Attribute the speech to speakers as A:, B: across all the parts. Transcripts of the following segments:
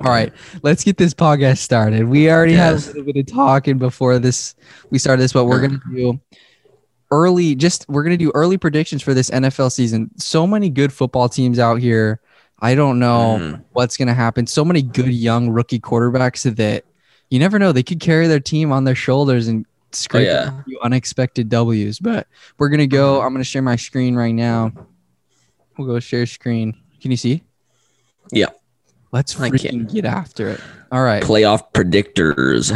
A: right, let's get this podcast started. We already
B: Yes.
A: had a little bit of talking before this. We started this, but we're gonna do early. Just we're gonna do early predictions for this NFL season. So many good football teams out here. I don't know
B: Mhm.
A: what's gonna happen. So many good young rookie quarterbacks that you never know. They could carry their team on their shoulders and scrape
B: Oh, yeah.
A: a few unexpected W's. But we're gonna go. I'm gonna share my screen right now. We'll go share screen. Can you see?
B: Yeah.
A: Let's
B: I can.
A: freaking get after it. All right.
B: Playoff predictors.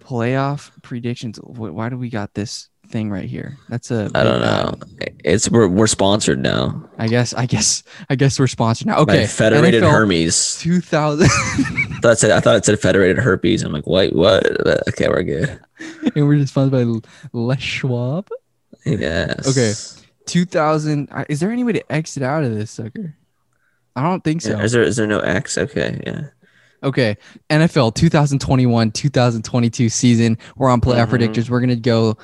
A: Playoff predictions. Wh- Why do we got this thing right here? That's a.
B: I don't know. It's we're, we're sponsored now
A: I guess. I guess. I guess we're sponsored now. Okay.
B: by Federated
A: NFL
B: Hermes.
A: 2000.
B: That said, I thought it said Federated Herpes. I'm like, wait, what? But, Okay, we're good.
A: and we're just sponsored by L- Les Schwab.
B: Yes.
A: Okay. 2000. I- Is there any way to exit out of this sucker? I don't think so.
B: Yeah, Is there is there no X? Okay. Yeah.
A: Okay, NFL 2021-2022 season. We're on playoff
B: Mhm.
A: predictors. We're gonna go,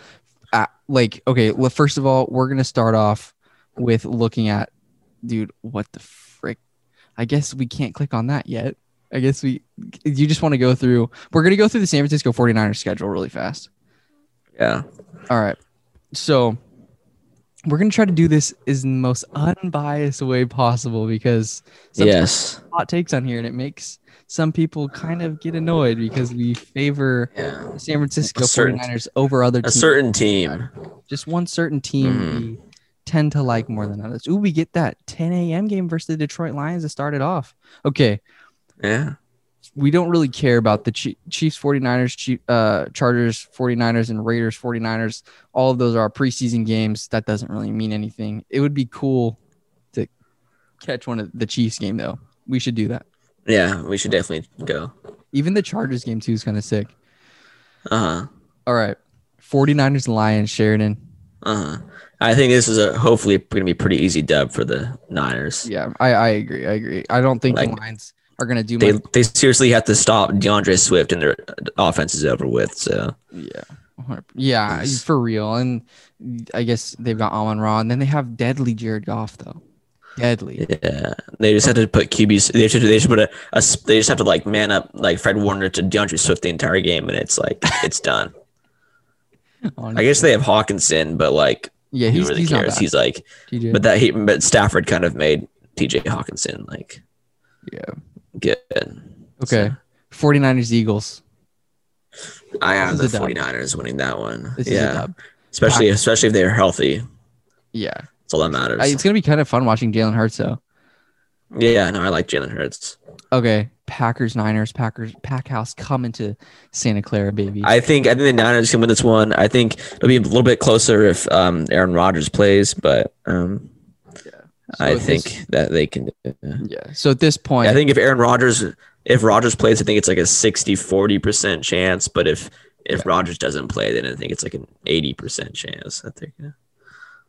A: uh, like, okay. Well, first of all, we're gonna start off with looking at, dude, what the frick? I guess we can't click on that yet. I guess we. You just want to go through. We're gonna go through the San Francisco 49ers schedule really fast.
B: Yeah.
A: All right, so we're gonna try to do this is the most unbiased way possible because sometimes
B: yes.
A: hot takes on here, and it makes some people kind of get annoyed because we favor
B: Yeah.
A: the San Francisco
B: A certain-
A: 49ers over other
B: A
A: teams.
B: certain team.
A: Just one certain team
B: Mhm.
A: we tend to like more than others. Ooh, we get that 10 a.m. game versus the Detroit Lions that started off. Okay,
B: Yeah.
A: we don't really care about the Chi- Chiefs 49ers, Chi- uh, Chargers 49ers, and Raiders 49ers. All of those are our preseason games. That doesn't really mean anything. It would be cool to catch one of the Chiefs game, though. We should do that.
B: Yeah. We should definitely go.
A: Even the Chargers game too is kind of sick.
B: Uh huh.
A: All right. 49ers Lions Sheridan.
B: Uh huh. I think this is a hopefully going to be pretty easy dub for the Niners.
A: Yeah, I, I agree. I agree. I don't think the
B: Like-
A: Lions are gonna do
B: They
A: much.
B: they seriously have to stop DeAndre Swift and their uh, offense is over with. So
A: Yeah. Yeah,
B: Yes.
A: for real. And I guess they've got Amon Ra and then they have deadly Jared Goff though. Deadly.
B: yeah, they just have to put QBs. They should they should put a, a s- they just have to like man up like Fred Warner to DeAndre Swift the entire game, and it's like it's done. I
A: honestly.
B: guess they have Hawkinson, but like
A: yeah,
B: who
A: he's,
B: really
A: he's not
B: cares?
A: bad.
B: He's like,
A: TJ.
B: but that he but Stafford kind of made T.J. Hawkinson like
A: Yeah.
B: good.
A: okay.
B: So,
A: 49ers Eagles.
B: I have the
A: This is a dub.
B: 49ers winning that one.
A: This is a
B: yeah,
A: dub.
B: especially especially if they're healthy.
A: Yeah.
B: That's all that matters.
A: I- it's gonna be kind of fun watching Jalen Hurts though.
B: yeah, no, I like Jalen Hurts.
A: Okay. Packers, Niners, Packers, Packhouse coming to Santa Clara, baby.
B: I think I think the Niners can win this one. I think it'll be a little bit closer if um, Aaron Rodgers plays, but um,
A: So
B: I
A: at this-
B: think that they can. Do it.
A: yeah. So at this point,
B: I think if Aaron Rodgers if Rodgers plays, I think it's like a 60-40% chance. But if if Rodgers doesn't play, then I think it's like an eighty percent chance that they're gonna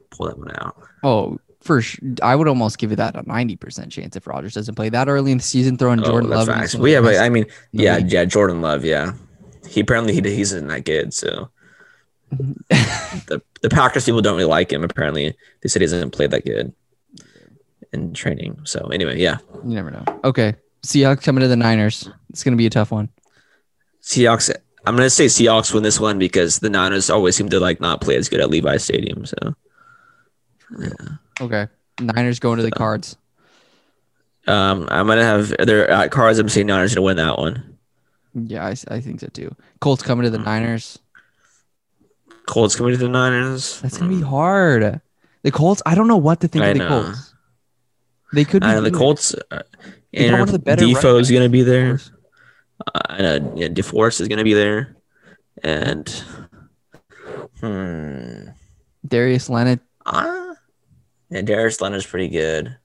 B: pull that one out.
A: Oh, for sure. I would almost give it that a 90% chance if Rodgers doesn't play that early in the season, throwing Jordan
B: oh,
A: Love. against
B: that's
A: one
B: facts.
A: of
B: Well, yeah,
A: the
B: but
A: best
B: I mean,
A: in the
B: yeah,
A: league.
B: yeah, Jordan Love, yeah. He apparently he, he's not that good, so
A: Mm-hmm.
B: the the Packers people don't really like him. Apparently, they said he hasn't played that good in training. So anyway, yeah,
A: you never know. Okay. Seahawks coming to the Niners. It's going to be a tough one.
B: Seahawks. I'm gonna say Seahawks win this one because the Niners always seem to like not play as good at Levi Stadium. So
A: Okay. Niners going to the Cards.
B: um, I'm gonna have their uh, cards. I'm saying Niners gonna win that one.
A: Yeah, I, s- I think so too. Colts coming to the
B: Mm.
A: Niners.
B: Colts coming to the Niners.
A: That's going to be hard. The Colts, I don't know what to think
B: Mm-hmm. I
A: of the
B: know.
A: Colts. They could be
B: I know the
A: good.
B: Colts. Uh,
A: They got one of the better running
B: Defoe's gonna be there.
A: Colts.
B: I know yeah, DeForest is going to be there, and hmm,
A: Darius Leonard.
B: uh, yeah, Darius Leonard's pretty good.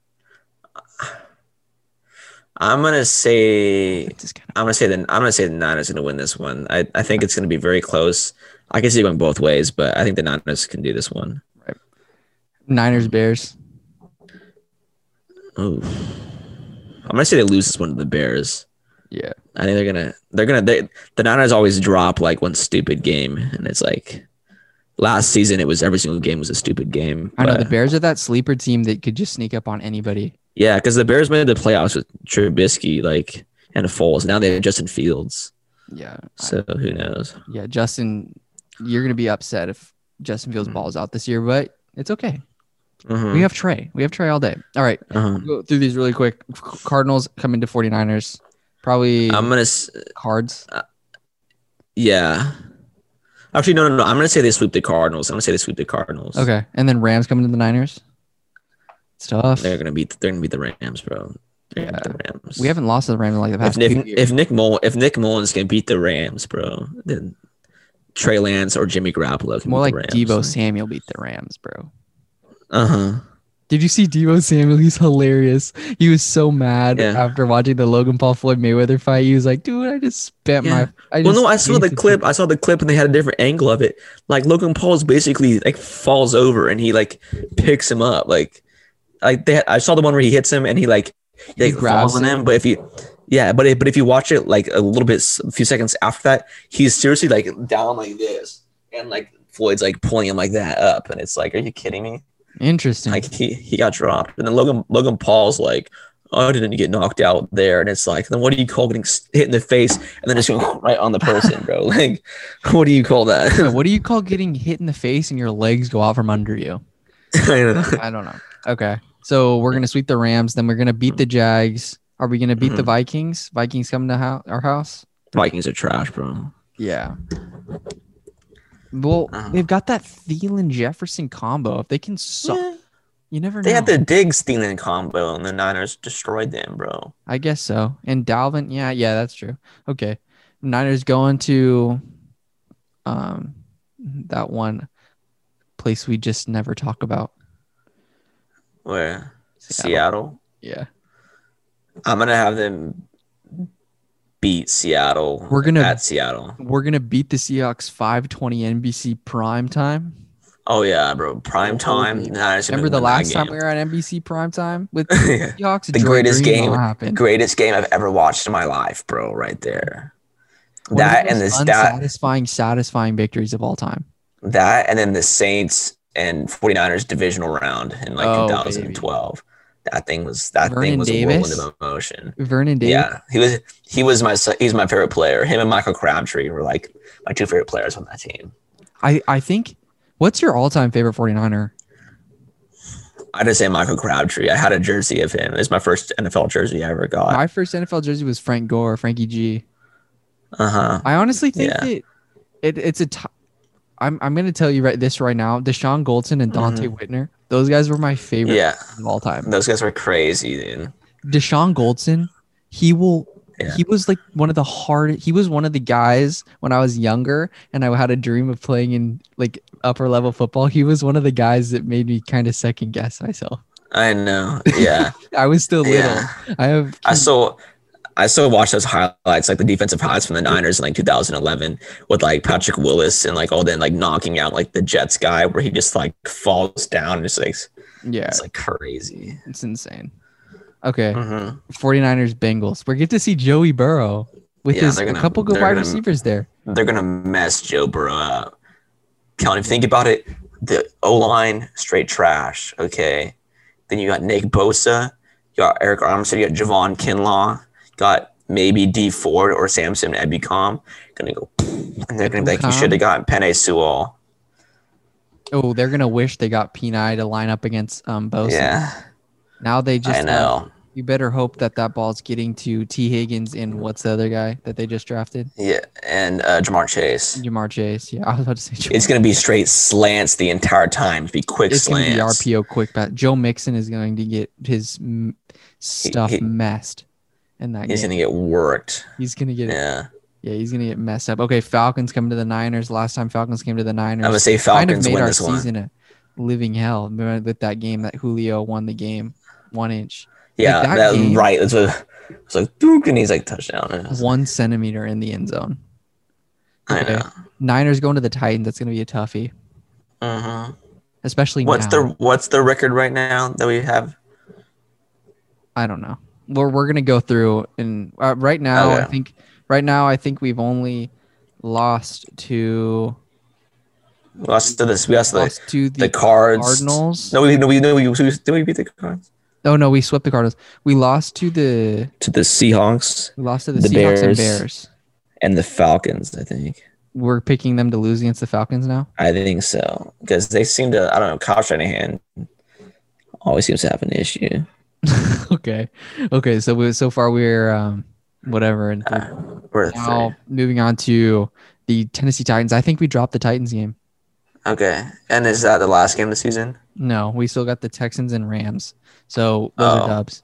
B: I'm gonna say
A: It's just kind
B: I'm gonna say the I'm gonna say the Niners gonna win this one. I, I think it's gonna be very close. I can see it going both ways, but I think the Niners can do this one.
A: of Niners, Bears.
B: Ooh. I'm gonna say they lose this one to the Bears.
A: Yeah.
B: I think they're gonna they're gonna they, the Niners always drop like one stupid game, and it's like last season it was every single game was a stupid game.
A: I know
B: but-
A: the Bears are that sleeper team that could just sneak up on anybody.
B: Yeah, because the Bears made the playoffs with Trubisky, like and Foles. Now they have Justin Fields.
A: Yeah. I-
B: So who knows?
A: yeah, Justin, you're gonna be upset if Justin Fields
B: Mhm.
A: balls out this year, but it's okay.
B: Mhm,
A: We have Trey. We have Trey all day. All right.
B: uh-huh.
A: Go through these really quick. Cardinals coming to 49ers. Probably
B: I'm gonna. s-
A: cards.
B: Yeah. Actually, no, no, no. I'm gonna say they sweep the Cardinals. I'm gonna say they sweep the Cardinals.
A: Okay. And then Rams coming to the Niners. It's tough.
B: They're gonna beat. They're gonna beat the Rams, bro. They're gonna beat the Rams.
A: We haven't lost to the Rams in like the
B: If,
A: past two
B: if,
A: years.
B: if Nick Mul- if Nick Mullins can beat the Rams, bro, then Trey Lance or Jimmy Garoppolo can
A: More like
B: beat the
A: Debo
B: Rams.
A: Samuel beat the Rams, bro.
B: Uh huh.
A: Did you see Debo Samuel? He's hilarious. He was so mad
B: Yeah.
A: after watching the Logan Paul Floyd Mayweather fight. He was like, "Dude, I just spent
B: Yeah.
A: my." I
B: Well,
A: just
B: no, I saw the
A: wasted
B: clip. I saw the clip, and they had a different angle of it. Like Logan Paul's basically like falls over, and he like picks him up. Like, like they. I saw the one where he hits him, and he like he,
A: He
B: like,
A: grabs
B: falls on
A: him.
B: him. But if you, yeah, but if, but if you watch it like a little bit, s- a few seconds after that, he's seriously like down like this, and like Floyd's like pulling him like that up, and it's like, are you kidding me?
A: Interesting.
B: Like he he got dropped, and then Logan Logan Paul's like, oh, I didn't get knocked out there, and it's like, then what do you call getting s- hit in the face and then just going right on the person, bro? Like, what do you call that?
A: Wait, what do you call getting hit in the face and your legs go out from under you?
B: I don't know.
A: I don't know. Okay, so we're gonna sweep the Rams. Then we're gonna beat the Jags. Are we gonna beat the
B: Mhm.
A: Vikings? Vikings coming to hou- our house?
B: Vikings are trash, bro.
A: Yeah. Well,
B: Uh-huh.
A: they've got that Thielen Jefferson combo. If they can suck,
B: Yeah,
A: you never
B: they
A: know.
B: had the Diggs Thielen combo, and the Niners destroyed them, bro.
A: I guess so. And Dalvin, yeah, yeah, that's true. Okay. Niners going to um that one place we just never talk about.
B: Where Seattle.
A: Yeah.
B: I'm gonna have them beat Seattle.
A: We're gonna-
B: at Seattle.
A: We're gonna beat the Seahawks 520 NBC prime time.
B: Oh yeah, bro. Prime time.
A: Holy-
B: Niners are gonna
A: Remember the
B: win that
A: last time
B: game.
A: we were on NBC prime time with the
B: Yeah.
A: Seahawks?
B: The
A: Joy
B: greatest
A: Green
B: game.
A: all happened.
B: greatest game I've ever watched in my life, bro. Right there.
A: One of the
B: that and
A: most
B: this that
A: unsatisfying, satisfying victories of all time.
B: that and then the Saints and 49ers divisional round in like
A: Oh,
B: 2012. That thing was that
A: Vernon
B: thing was a
A: Davis?
B: whirlwind of emotion.
A: Vernon Davis.
B: Yeah, he was he was my s- he was my favorite player. Him and Michael Crabtree were like my two favorite players on that team.
A: I, I think what's your all time favorite 49er?
B: I just say Michael Crabtree. I had a jersey of him. It was my first NFL jersey I ever got.
A: My first NFL jersey was Frank Gore, Frankie G.
B: Uh huh.
A: I honestly think
B: Yeah.
A: that it, it's a. T- I'm I'm gonna tell you right this right now. Deshaun Goldson and Dante Whitner, those guys were my favorite
B: Mm-hmm. Yeah,
A: of all time.
B: those guys were crazy, dude.
A: Deshaun Goldson, he will.
B: Yeah.
A: He was like one of the hard. He was one of the guys when I was younger, and I had a dream of playing in like upper level football. He was one of the guys that made me kind of second guess myself.
B: I know. Yeah,
A: I was still little.
B: yeah.
A: I have.
B: I still I still watch those highlights, like the defensive highlights from the Niners in like 2011 with like Patrick Willis and like all then like knocking out like the Jets guy where he just like falls down and it's like
A: yeah,
B: it's like crazy.
A: it's insane. Okay.
B: Mhm.
A: 49ers Bengals. We get to see Joey Burrow with
B: Yeah,
A: his
B: they're
A: a
B: gonna-
A: couple good
B: they're
A: wide
B: gonna-
A: receivers there.
B: They're gonna mess Joe Burrow up. Count if you think about it, the O line straight trash. Okay, then you got Nick Bosa, you got Eric Armstead, you got Javon Kinlaw, got maybe D Ford or Samson Ebicom. Gonna go, and they're gonna be like, you
A: Ebicom?
B: should have gotten Penny Sewell.
A: Oh, they're gonna wish they got Peni to line up against um Bosa.
B: Yeah,
A: Now they just
B: I
A: have-
B: know.
A: you better hope that that ball's getting to T Higgins and what's the other guy that they just drafted?
B: Yeah, and uh, Jamar Chase.
A: Jamar Chase. Yeah, I was about to say Jamar.
B: It's gonna be straight slants the entire time. Be quick
A: It's gonna be
B: slants.
A: RPO quick pass. Joe Mixon is going to get his m- stuff
B: he-
A: messed in that
B: He's
A: game.
B: gonna get worked.
A: he's gonna get
B: Yeah,
A: yeah, he's gonna get messed up. Okay, Falcons come to the Niners. Last time Falcons came to the Niners.
B: I'm gonna say
A: kind of
B: Falcons
A: made
B: win
A: our
B: this one.
A: season a living hell Remember with that game that Julio won the game one inch,
B: Yeah,
A: that
B: that,
A: game-
B: right. It's what it's like. Duke and he's like touchdown. And it's-
A: one centimeter in the end zone.
B: I
A: okay.
B: know.
A: Niners going to the Titans. That's going to be a toughie,
B: hmm
A: especially
B: What's
A: now.
B: the What's the record right now that we have?
A: I don't know. We're we're gonna go through and uh, right now I
B: Okay.
A: think right now I think we've only lost to
B: We lost to this. We lost to the,
A: lost to
B: the
A: the,
B: Cards.
A: Cardinals.
B: No, we no we no we, we, did we beat the Cards.
A: Oh no, we swept the Cardinals. We lost to the
B: to the Seahawks
A: we lost to the,
B: The
A: Seahawks and
B: Bears.
A: Bears.
B: and the Falcons. I think.
A: We're picking them to lose against the Falcons now.
B: I think so because they seem to. I don't know. Kyle Shanahan always seems to have an issue.
A: okay, okay. So we so far we're um whatever and
B: Uh, we're at
A: now moving on to the Tennessee Titans. I think we dropped the Titans game.
B: three. Okay, and is that the last game of the season?
A: No, we still got the Texans and Rams. So those
B: Oh.
A: are dubs.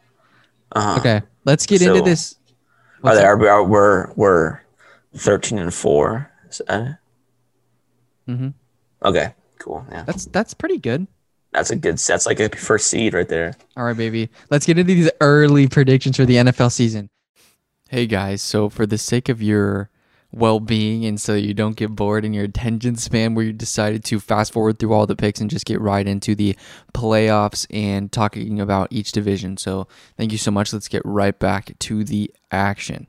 B: Uh huh.
A: Okay, let's get
B: So,
A: into this.
B: Are
A: What's
B: they,
A: up?
B: are, we- are, we're we're thirteen and four. Is that it?
A: Mhm.
B: Okay. Cool. Yeah.
A: That's that's pretty good.
B: That's a good. That's like a first seed right there.
A: All right, baby. Let's get into these early predictions for the NFL season. Hey guys, so for the sake of your well-being and so you don't get bored in your attention span where you decided to fast forward through all the picks and just get right into the playoffs and talking about each division. So, thank you so much. Let's get right back to the action.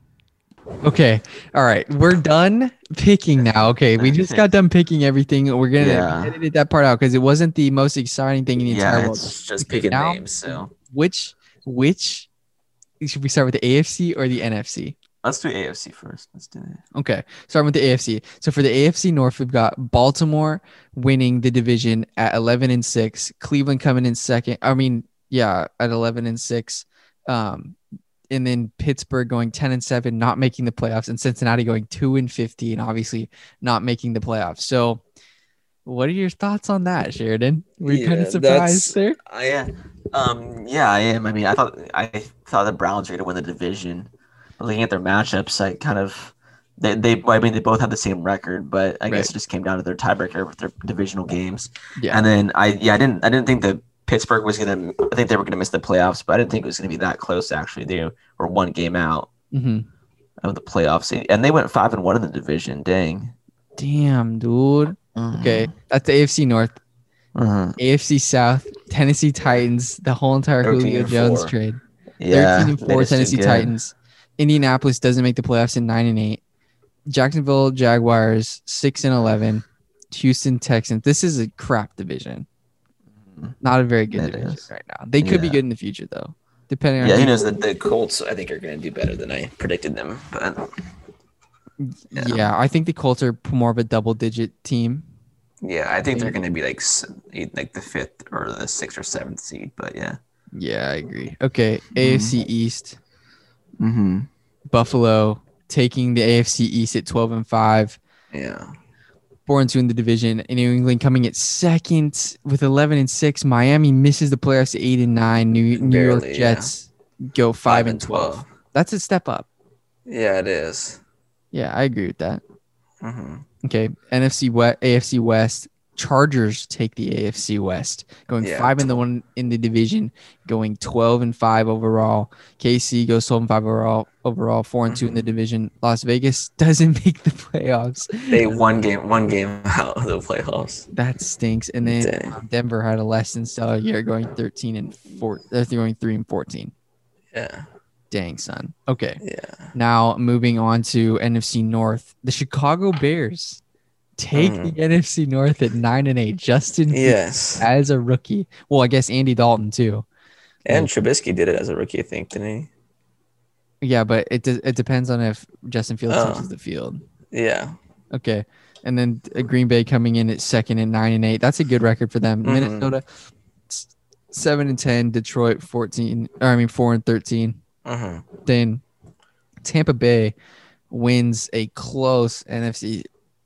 A: Okay. All right. We're done picking now. Okay. We just got done picking everything. We're going to
B: Yeah.
A: edit that part out cuz it wasn't the most exciting thing in the entire
B: Yeah,
A: world
B: it's just picking
A: now-
B: names. So
A: which which should we start with the AFC or the NFC?
B: let's do AFC first. Let's do it.
A: Okay, starting with the AFC. So for the AFC North, we've got Baltimore winning the division at eleven and six. Cleveland coming in second. I mean, yeah, at eleven and six. Um, and then Pittsburgh going ten and seven, not making the playoffs, and Cincinnati going two and fifteen, obviously not making the playoffs. So, what are your thoughts on that, Sheridan? Were you kind
B: Yeah,
A: of
B: that's-
A: surprised there?
B: I am. Um, yeah, I am. I mean, I thought I thought the Browns were going to win the division. Looking at their matchups, I kind of they they. well, I mean, they both have the same record, but I
A: Right.
B: guess it just came down to their tiebreaker with their divisional games.
A: Yeah.
B: And then I yeah I didn't I didn't think that Pittsburgh was gonna I think they were gonna miss the playoffs, but I didn't think it was gonna be that close. Actually, they were one game out
A: Mm-hmm.
B: of the playoffs, and they went five and one in the division. Dang.
A: Damn, dude. Okay, that's the AFC North.
B: Mhm.
A: AFC South, Tennessee Titans, the whole entire
B: 13
A: Julio
B: and
A: Jones
B: four.
A: trade.
B: Yeah.
A: 13 and
B: they
A: 4
B: just did
A: Tennessee
B: good.
A: Titans. Indianapolis doesn't make the playoffs in 9 and 8. Jacksonville Jaguars 6 and 11. Houston Texans. This is a crap division. Not a very good
B: It
A: division
B: is.
A: right now. They could be
B: Yeah.
A: good in the future though. Depending on
B: Yeah,
A: who-
B: he knows that the Colts. I think are going to do better than I predicted them. But
A: yeah. I think the Colts are p- more of a double digit team.
B: yeah, I think they're going to be like s- like the fifth or the sixth or seventh seed. But yeah.
A: Yeah, I agree. Okay, AFC East.
B: Mm-hmm.
A: Buffalo taking the AFC East at 12 and 5.
B: Yeah.
A: four and two in the division. And New England coming at second with eleven and six. Miami misses the playoffs to eight and nine. New New York
B: Barely, yeah.
A: Jets go five, and twelve. That's a step up.
B: Yeah, it is.
A: Yeah, I agree with that.
B: Mm-hmm.
A: Okay, NFC West, AFC West. Chargers take the AFC West, going
B: Yeah.
A: five and the one in the division, going twelve and five overall. KC goes twelve and five overall. Overall, four and two in the division. Las Vegas doesn't make the playoffs.
B: They one game one game out of the playoffs.
A: That stinks. And then
B: Dang.
A: um, Denver had a less than stellar year, going thirteen and four. They're going three and fourteen.
B: Yeah.
A: Dang son. Okay.
B: Yeah.
A: Now moving on to NFC North, the Chicago Bears take the NFC North at nine and eight. Justin Fields
B: Yes.
A: as a rookie. Well, I guess Andy Dalton too.
B: And Trubisky did it as a rookie, I think, didn't
A: Yeah, but it de- it depends on if Justin Fields
B: Oh.
A: touches the field.
B: he? Yeah.
A: Okay. And then uh, Green Bay coming in at second and nine and eight. That's a good record for them.
B: Mhm.
A: Minnesota s- seven and ten. Detroit fourteen. Or I mean four and thirteen.
B: Mm-hmm.
A: Then Tampa Bay wins a close NFC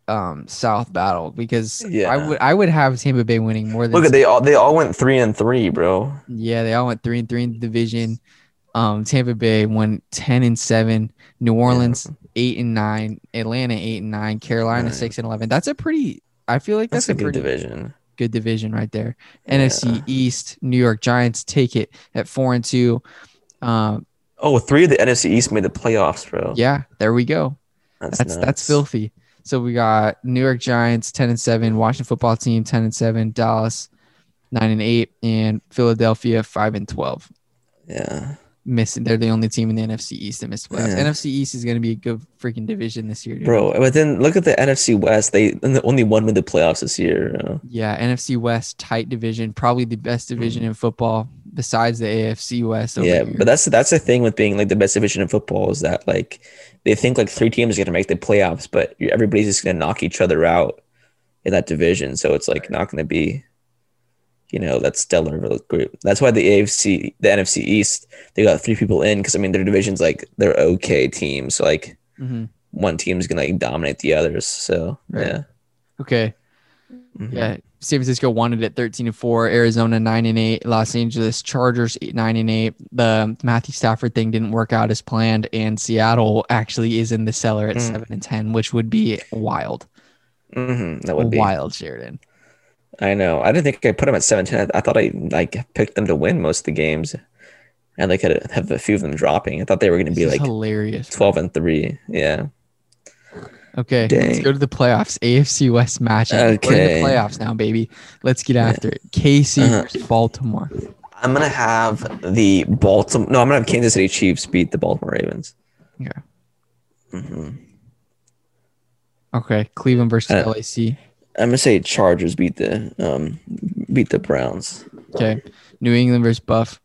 A: um, South battle because I
B: Yeah.
A: would I would have Tampa Bay winning more than
B: Look at they all they all went three and three, bro.
A: yeah they all went three and three in the division. Um, Tampa Bay won ten and seven. New Orleans eight and nine, Atlanta eight and nine, Carolina
B: Right.
A: six and eleven. That's a pretty. I feel like that's,
B: That's, a,
A: a,
B: good
A: pretty
B: division.
A: good division right there. NFC East, New York Giants take it at four and two. Um,
B: Oh, three of the NFC East made the playoffs, bro.
A: yeah, there we go. That's that's
B: nuts.
A: filthy. So we got New York Giants ten and seven, Washington Football Team ten and seven, Dallas nine and eight, and Philadelphia five and twelve.
B: Yeah.
A: Missing, they're the only team in the NFC East that missed playoffs.
B: Yeah.
A: NFC East is going to be a good freaking division this year, dude.
B: Bro, but then look at the NFC West. They and the only one made the playoffs this year. you know?
A: Yeah, NFC West tight division, probably the best division in football. besides the AFC West. over
B: Mm. yeah,
A: here.
B: but that's that's the thing with being like the best division in football is that like they think like three teams are gonna make the playoffs, but everybody's just gonna knock each other out in that division. So it's like not gonna be, you know, that stellar of a group. That's why the AFC, the NFC East, they got three people in because I mean their division's like they're okay teams. So like
A: Mhm.
B: one team's gonna like dominate the others. So
A: Right.
B: yeah,
A: okay.
B: Mhm.
A: Yeah, San Francisco wanted at thirteen and four. Arizona nine and eight. Los Angeles Chargers eight, nine and eight. The Matthew Stafford thing didn't work out as planned, and Seattle actually is in the cellar at
B: Mm.
A: seven and ten, which would be wild,
B: Mhm, that would be.
A: wild, Sheridan.
B: I know. I didn't think I put them at 17. I, I thought I like picked them to win most of the games, and they could have a few of them dropping. I thought they were going to
A: This
B: be
A: is
B: like
A: hilarious.
B: 12 and three. Yeah.
A: Okay, let's
B: Dang.
A: go to the playoffs. AFC West matchup. We're in
B: Okay.
A: the playoffs now, baby. Let's get after it. KC
B: Uh-huh.
A: versus Baltimore.
B: I'm gonna have the Baltimore. No, I'm gonna have Kansas City Chiefs beat the Baltimore Ravens.
A: Yeah.
B: hmm
A: Okay, Cleveland versus
B: Uh,
A: LAC.
B: I'm gonna say Chargers beat the um beat the Browns.
A: Okay, New England versus Buff.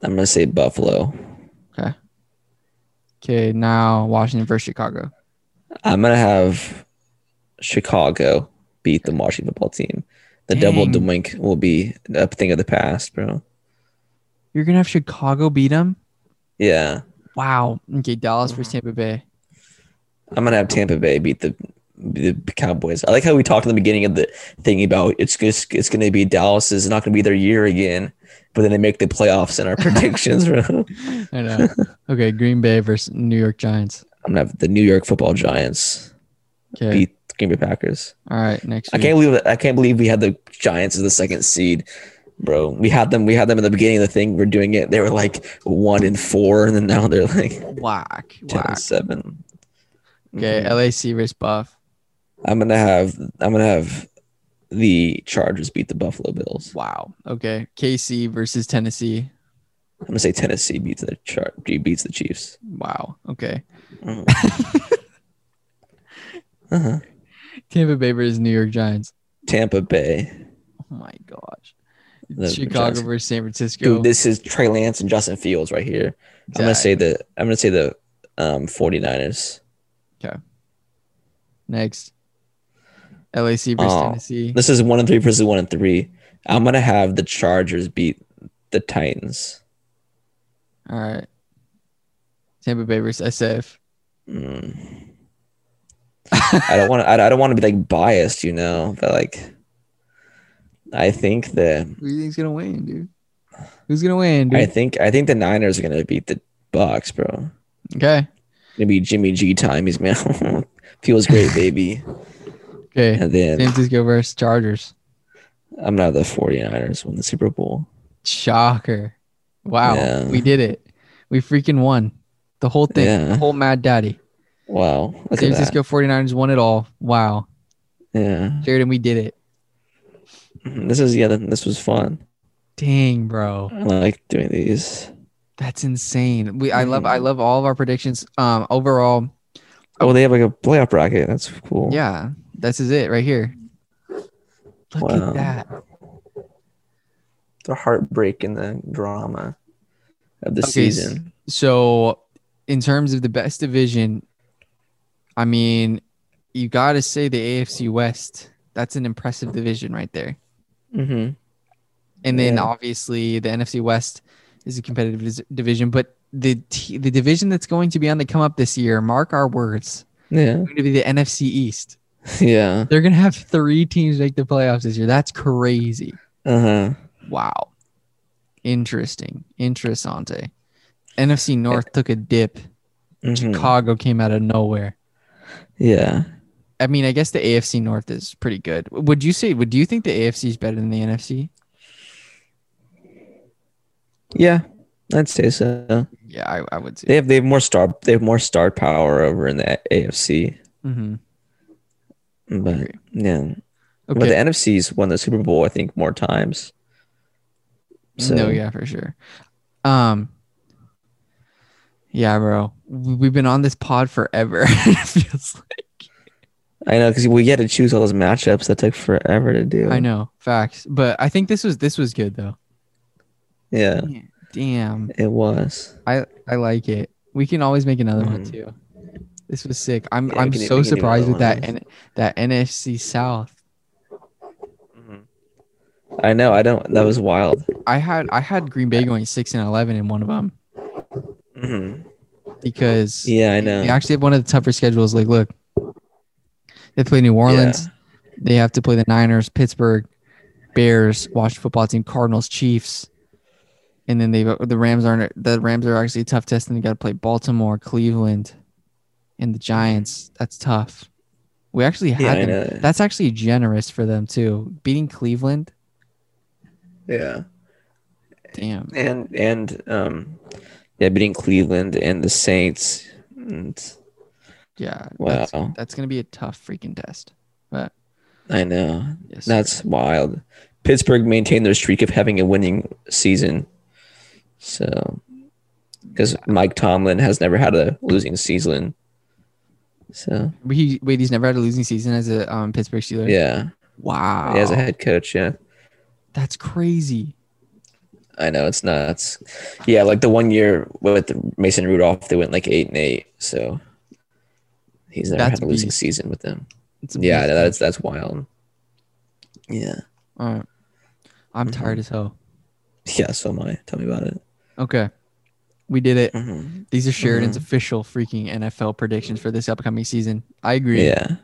B: I'm gonna say Buffalo.
A: Okay, now Washington versus Chicago.
B: I'm gonna have Chicago beat the Washington football team. The double
A: Dang.
B: doink will be a thing of the past, bro.
A: You're gonna have Chicago beat them.
B: Yeah.
A: Wow. Okay, Dallas versus
B: Mm-hmm.
A: Tampa Bay.
B: I'm gonna have Tampa Bay beat the the Cowboys. I like how we talked in the beginning of the thing about it's just it's gonna be Dallas is not gonna be their year again, but then they make the playoffs and our predictions. bro. I'm
A: I know. okay, Green Bay versus New York Giants.
B: gonna have the New York Football Giants
A: Okay.
B: beat the Green Bay Packers.
A: All right, next.
B: I
A: Week.
B: can't believe it- I can't believe we had the Giants as the second seed, bro. We had them we had them at the beginning of the thing. We're doing it. They were like one and four, and then now they're like ten
A: Whack.
B: and
A: Whack.
B: seven.
A: Okay,
B: Mhm.
A: LAC versus Buff.
B: I'm gonna have I'm gonna have the Chargers beat the Buffalo Bills.
A: Wow. Okay, KC versus Tennessee.
B: I'm gonna say Tennessee beats the Char- beats the Chiefs.
A: Wow. Okay,
B: Uh-huh. Uh-huh.
A: Tampa Bay versus New York Giants.
B: Tampa Bay.
A: Oh my gosh.
B: The
A: Chicago
B: Giants.
A: versus San Francisco.
B: Dude, this is Trey Lance and Justin Fields right here. I'm gonna say
A: Zach.
B: the I'm gonna say the um 49ers.
A: next. LAC versus
B: Oh.
A: Tennessee.
B: This is one and three versus one and three. I'm gonna have the Chargers beat the Titans.
A: All right. Tampa Bay versus SF.
B: Mm. I don't want to. I I don't want to be like biased, you know, but like, I think the
A: Who do you think's gonna win, dude? Who's gonna win, dude?
B: I think I think the Niners are gonna beat the Bucks, bro.
A: okay.
B: Maybe Jimmy G time. He's man feels great, baby.
A: Okay.
B: And
A: San
B: then
A: Francisco versus Chargers.
B: I'm not the 49ers win the Super Bowl.
A: Shocker. Wow.
B: Yeah.
A: We did it. We freaking won. The whole thing.
B: Yeah.
A: The whole Mad Daddy.
B: Wow, look
A: San
B: at that.
A: Francisco 49ers won it all. Wow.
B: Yeah,
A: Jared and we did it.
B: Mhm. this is yeah. This was fun.
A: Dang, bro.
B: I like doing these.
A: That's insane. We I love I
B: Mhm.
A: love all of our predictions. Um overall,
B: Oh, they have like a playoff bracket. That's cool.
A: yeah, this is it right here. Look
B: Wow.
A: at that.
B: the heartbreak and the drama of the
A: Okay,
B: season.
A: So in terms of the best division, I mean, you gotta say the AFC West. That's an impressive division right there.
B: Mm-hmm.
A: and then
B: Yeah.
A: obviously the NFC West is a competitive dis- division, but the t- the division that's going to be on the come up this year, mark our words,
B: Yeah,
A: going to be the NFC East.
B: yeah.
A: They're going to have three teams make the playoffs this year. That's crazy.
B: Uh huh.
A: Wow, interesting, interessante. NFC North took a dip. Chicago came out of nowhere.
B: Mm-hmm. Yeah.
A: I mean, I guess the AFC North is pretty good. Would you say? Would you think the AFC is better than the NFC?
B: Yeah. I'd say so.
A: Yeah, I, I would say.
B: They have they have more star they have more star power over in the AFC.
A: Mm-hmm.
B: But
A: agree.
B: yeah.
A: Okay.
B: But the NFC's won the Super Bowl, I think, more times. So
A: No, yeah, for sure. Um, yeah, bro, We- we've been on this pod forever. it feels like
B: I know because we had to choose all those matchups that took forever to do.
A: I know facts, but I think this was this was good though.
B: Yeah,
A: Damn,
B: it was.
A: I I like it. We can always make another one
B: Mhm.
A: too. This was sick. I'm
B: Yeah, we
A: I'm
B: can-
A: so
B: we can do
A: surprised
B: another
A: with
B: one of
A: that N- that NFC South.
B: Mm-hmm. I know. I don't. That was wild.
A: I had I had Green Bay going six and eleven in one of them
B: Mm-hmm.
A: because
B: Yeah, I
A: they
B: know.
A: actually have one of the tougher schedules. Like, look, they play New Orleans. They have to play the Niners, Pittsburgh, Bears, Washington football team, Cardinals, Chiefs, and then they the Rams aren't the Rams are actually a tough test. And they got to play Baltimore, Cleveland, and the Giants. That's tough. We actually
B: Yeah,
A: had
B: I
A: them.
B: know.
A: That's actually generous for them too. Beating Cleveland,
B: yeah,
A: damn.
B: and and um, yeah, beating Cleveland and the Saints. And
A: Yeah, that's,
B: wow,
A: that's gonna be a tough freaking test. But
B: I know.
A: yes, sir.
B: That's wild. Pittsburgh maintained their streak of having a winning season. So, because Mike Tomlin has never had a losing season. So,
A: he wait. He's never had a losing season as a um, Pittsburgh Steelers.
B: yeah,
A: Wow,
B: he as a head coach, yeah.
A: that's crazy.
B: I know it's nuts. Yeah, like the one year with Mason Rudolph, they went like eight and eight. So he's never
A: That's
B: had a losing
A: beast.
B: season with them.
A: It's
B: Yeah,
A: amazing.
B: that's that's wild. Yeah,
A: All right. I'm
B: Mhm.
A: tired as hell.
B: yeah. So am I. Tell me about it.
A: Okay. We did it.
B: Mhm.
A: These are Sheridan's official freaking NFL predictions for this upcoming season. I agree.
B: Yeah,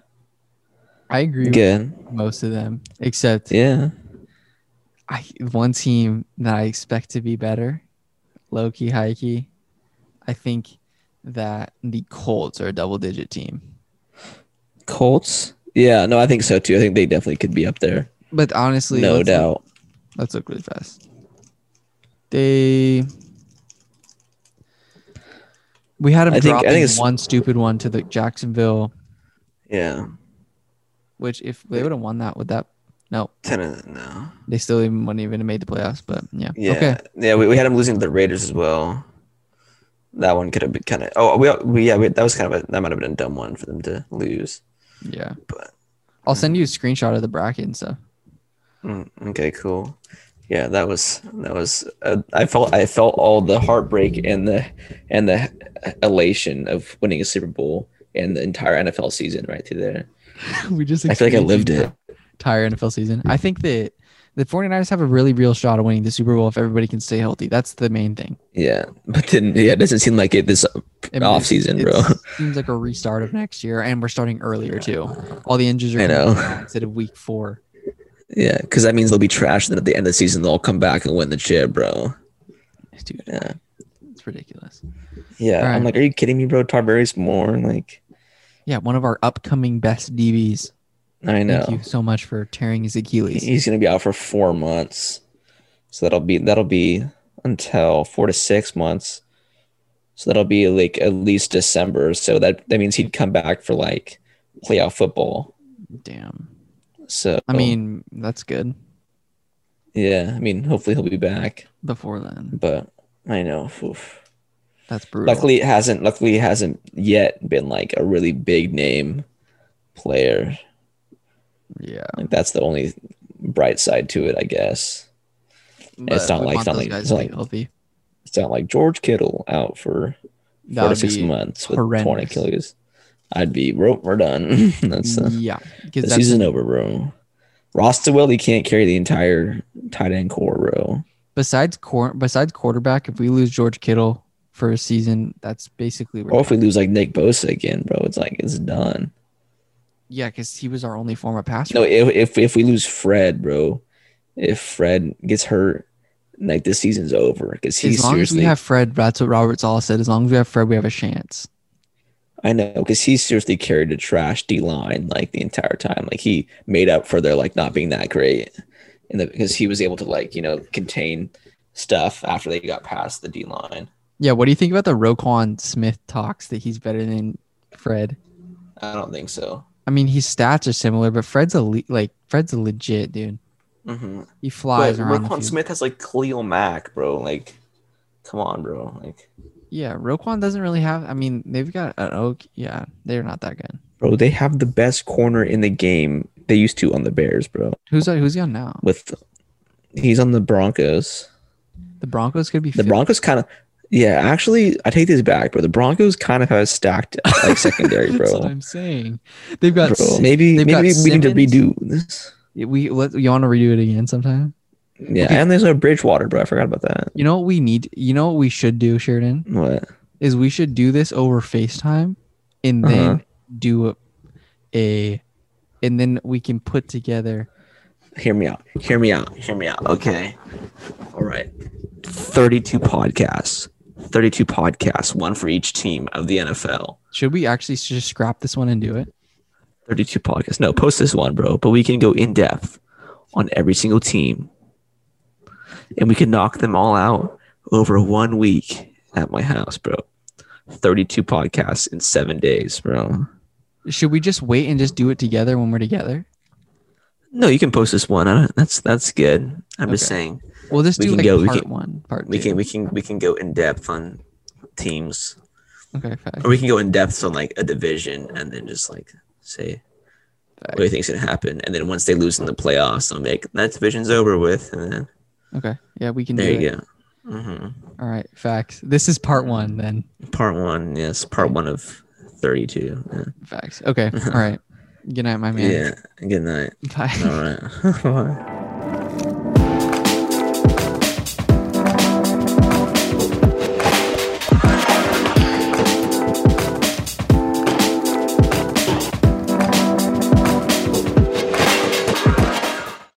A: I agree
B: good.
A: with most of them, except
B: Yeah,
A: I, one team that I expect to be better, low key, high key. I think that the Colts are a double digit team.
B: Colts. Yeah, no, I think so too. I think they definitely could be up there.
A: But honestly,
B: No
A: let's look-
B: doubt.
A: let's look really fast. They. We had them
B: I think- I
A: dropping
B: think it's-
A: one stupid one to the Jacksonville
B: Yeah,
A: Which if they would have won that, would that no,
B: ten of no.
A: they still even wouldn't even have made the playoffs. But yeah.
B: Yeah,
A: Okay.
B: yeah. We, we had them losing to the Raiders as well. That one could have been kind of. Oh, we, we yeah. We, that was kind of a that might have been a dumb one for them to lose.
A: Yeah.
B: But-
A: I'll send you a screenshot of the bracket and stuff.
B: Mm, okay, cool. Yeah, that was that was. Uh, I felt I felt all the heartbreak and the and the elation of winning a Super Bowl and the entire NFL season right through there.
A: we just
B: I feel like I
A: experienced
B: lived
A: the
B: it.
A: Entire NFL season. I think that the 49ers have a really real shot of winning the Super Bowl if everybody can stay healthy. That's the main thing.
B: Yeah, but then yeah, it doesn't seem like it this
A: I mean,
B: off
A: it's-
B: season, bro.
A: it's- Seems like a restart of next year, and we're starting earlier too. All the injuries are
B: I
A: coming
B: know.
A: back instead of week four.
B: Yeah, because that means they'll be trash. Then at the end of the season, they'll come back and win the chip, bro.
A: Dude,
B: Yeah,
A: it's ridiculous.
B: yeah.
A: All right.
B: I'm like, are you kidding me, bro? Tarberius Moore, like,
A: Yeah, one of our upcoming best DBs.
B: I know
A: Thank you so much for tearing his Achilles.
B: he's gonna be out for four months, so that'll be that'll be until four to six months. So that'll be like at least December. So that that means he'd come back for like playoff football.
A: Damn.
B: So
A: I mean, that's good.
B: yeah, I mean, hopefully he'll be back,
A: Before then,
B: but I know. oof.
A: that's brutal.
B: Luckily, it hasn't. Luckily, it hasn't yet been like a really big name player.
A: yeah,
B: Like that's the only bright side to it, I guess.
A: but
B: not
A: we want
B: like- it's not
A: those
B: like-
A: guys
B: it's
A: to
B: not
A: be
B: like
A: healthy.
B: It's not like George Kittle out for
A: That
B: four to
A: would
B: six
A: be
B: months with torn
A: horrendous.
B: Achilles. I'd be bro. We're done. that's uh,
A: yeah,
B: the
A: because Mm, that's
B: season over, bro. Rostowell, he can't carry the entire tight end core, bro.
A: besides cor- besides quarterback. If we lose George Kittle for a season, that's basically we're
B: Or if
A: done.
B: we lose like Nick Bosa again, bro, it's like it's done.
A: yeah, because he was our only form of pass.
B: No,
A: rusher.
B: if if, if we lose Fred, bro, if Fred gets hurt, like this season's over because he's
A: as long
B: seriously.
A: as we have Fred, that's what Robert Sala said. As long as we have Fred, we have a chance.
B: I know because he seriously carried a trash D line like the entire time. Like he made up for their like not being that great, and the, because he was able to like you know contain stuff after they got past the D line.
A: Yeah, what do you think about the Roquan Smith talks that he's better than Fred?
B: I don't think so.
A: I mean, his stats are similar, but Fred's a le- like Fred's a legit dude.
B: Mm-hmm.
A: He
B: But
A: flies around. the
B: Raquan
A: field.
B: Smith has like Khalil Mack, bro. Like, come on, bro. Like,
A: Yeah, Roquan doesn't really have. I mean, they've got an oak. Yeah, they're not that good.
B: bro, they have the best corner in the game. They used to on the Bears, bro.
A: Who's who's he on now?
B: With he's on the Broncos.
A: The The Broncos could be
B: The
A: fifth.
B: Broncos kind of, yeah, actually, I take these back, bro. The Broncos kind of have a stacked like secondary,
A: That's what
B: bro.
A: I'm saying. They've got
B: Bro,
A: si-
B: maybe
A: they've got
B: maybe we need to
A: Simmons.
B: redo this.
A: we let you want to redo it again sometime.
B: Yeah,
A: Okay.
B: and there's no Bridgewater, bro. I forgot about that.
A: You know what we need? You know what we should do, Sheridan?
B: What?
A: Is we should do this over FaceTime, and then
B: Uh-huh.
A: do a, a, and then we can put together.
B: Hear me out. Hear me out. Hear me out. Okay. All right. 32 podcasts. 32 podcasts, one for each team of the NFL.
A: Should we actually s- just scrap this one and do it?
B: 32 podcasts. No, post this one, bro. But we can go in depth on every single team. And we can knock them all out over one week at my house, bro. 32 podcasts in seven days, bro.
A: Should we just wait and just do it together when we're together?
B: No, you can post this one. I don't, that's that's good. I'm just saying
A: We'll just
B: We
A: do
B: can
A: like
B: go- we
A: part
B: can-
A: one, part
B: we
A: two.
B: can we can we can go in depth on teams,
A: okay, fact,
B: or we can go in depth on like a division, and then just like say what
A: fact.
B: do you think's gonna happen, and then once they lose in the playoffs, I'll make that division's over with, and then
A: Okay, yeah, we can
B: there
A: do
B: you
A: it.
B: go. hmm
A: All right, facts. This is part one then.
B: Part one, yes, part one of thirty-two. Yeah,
A: Facts. Okay. All right. Good night, my man.
B: yeah. good night.
A: Bye.
B: All right.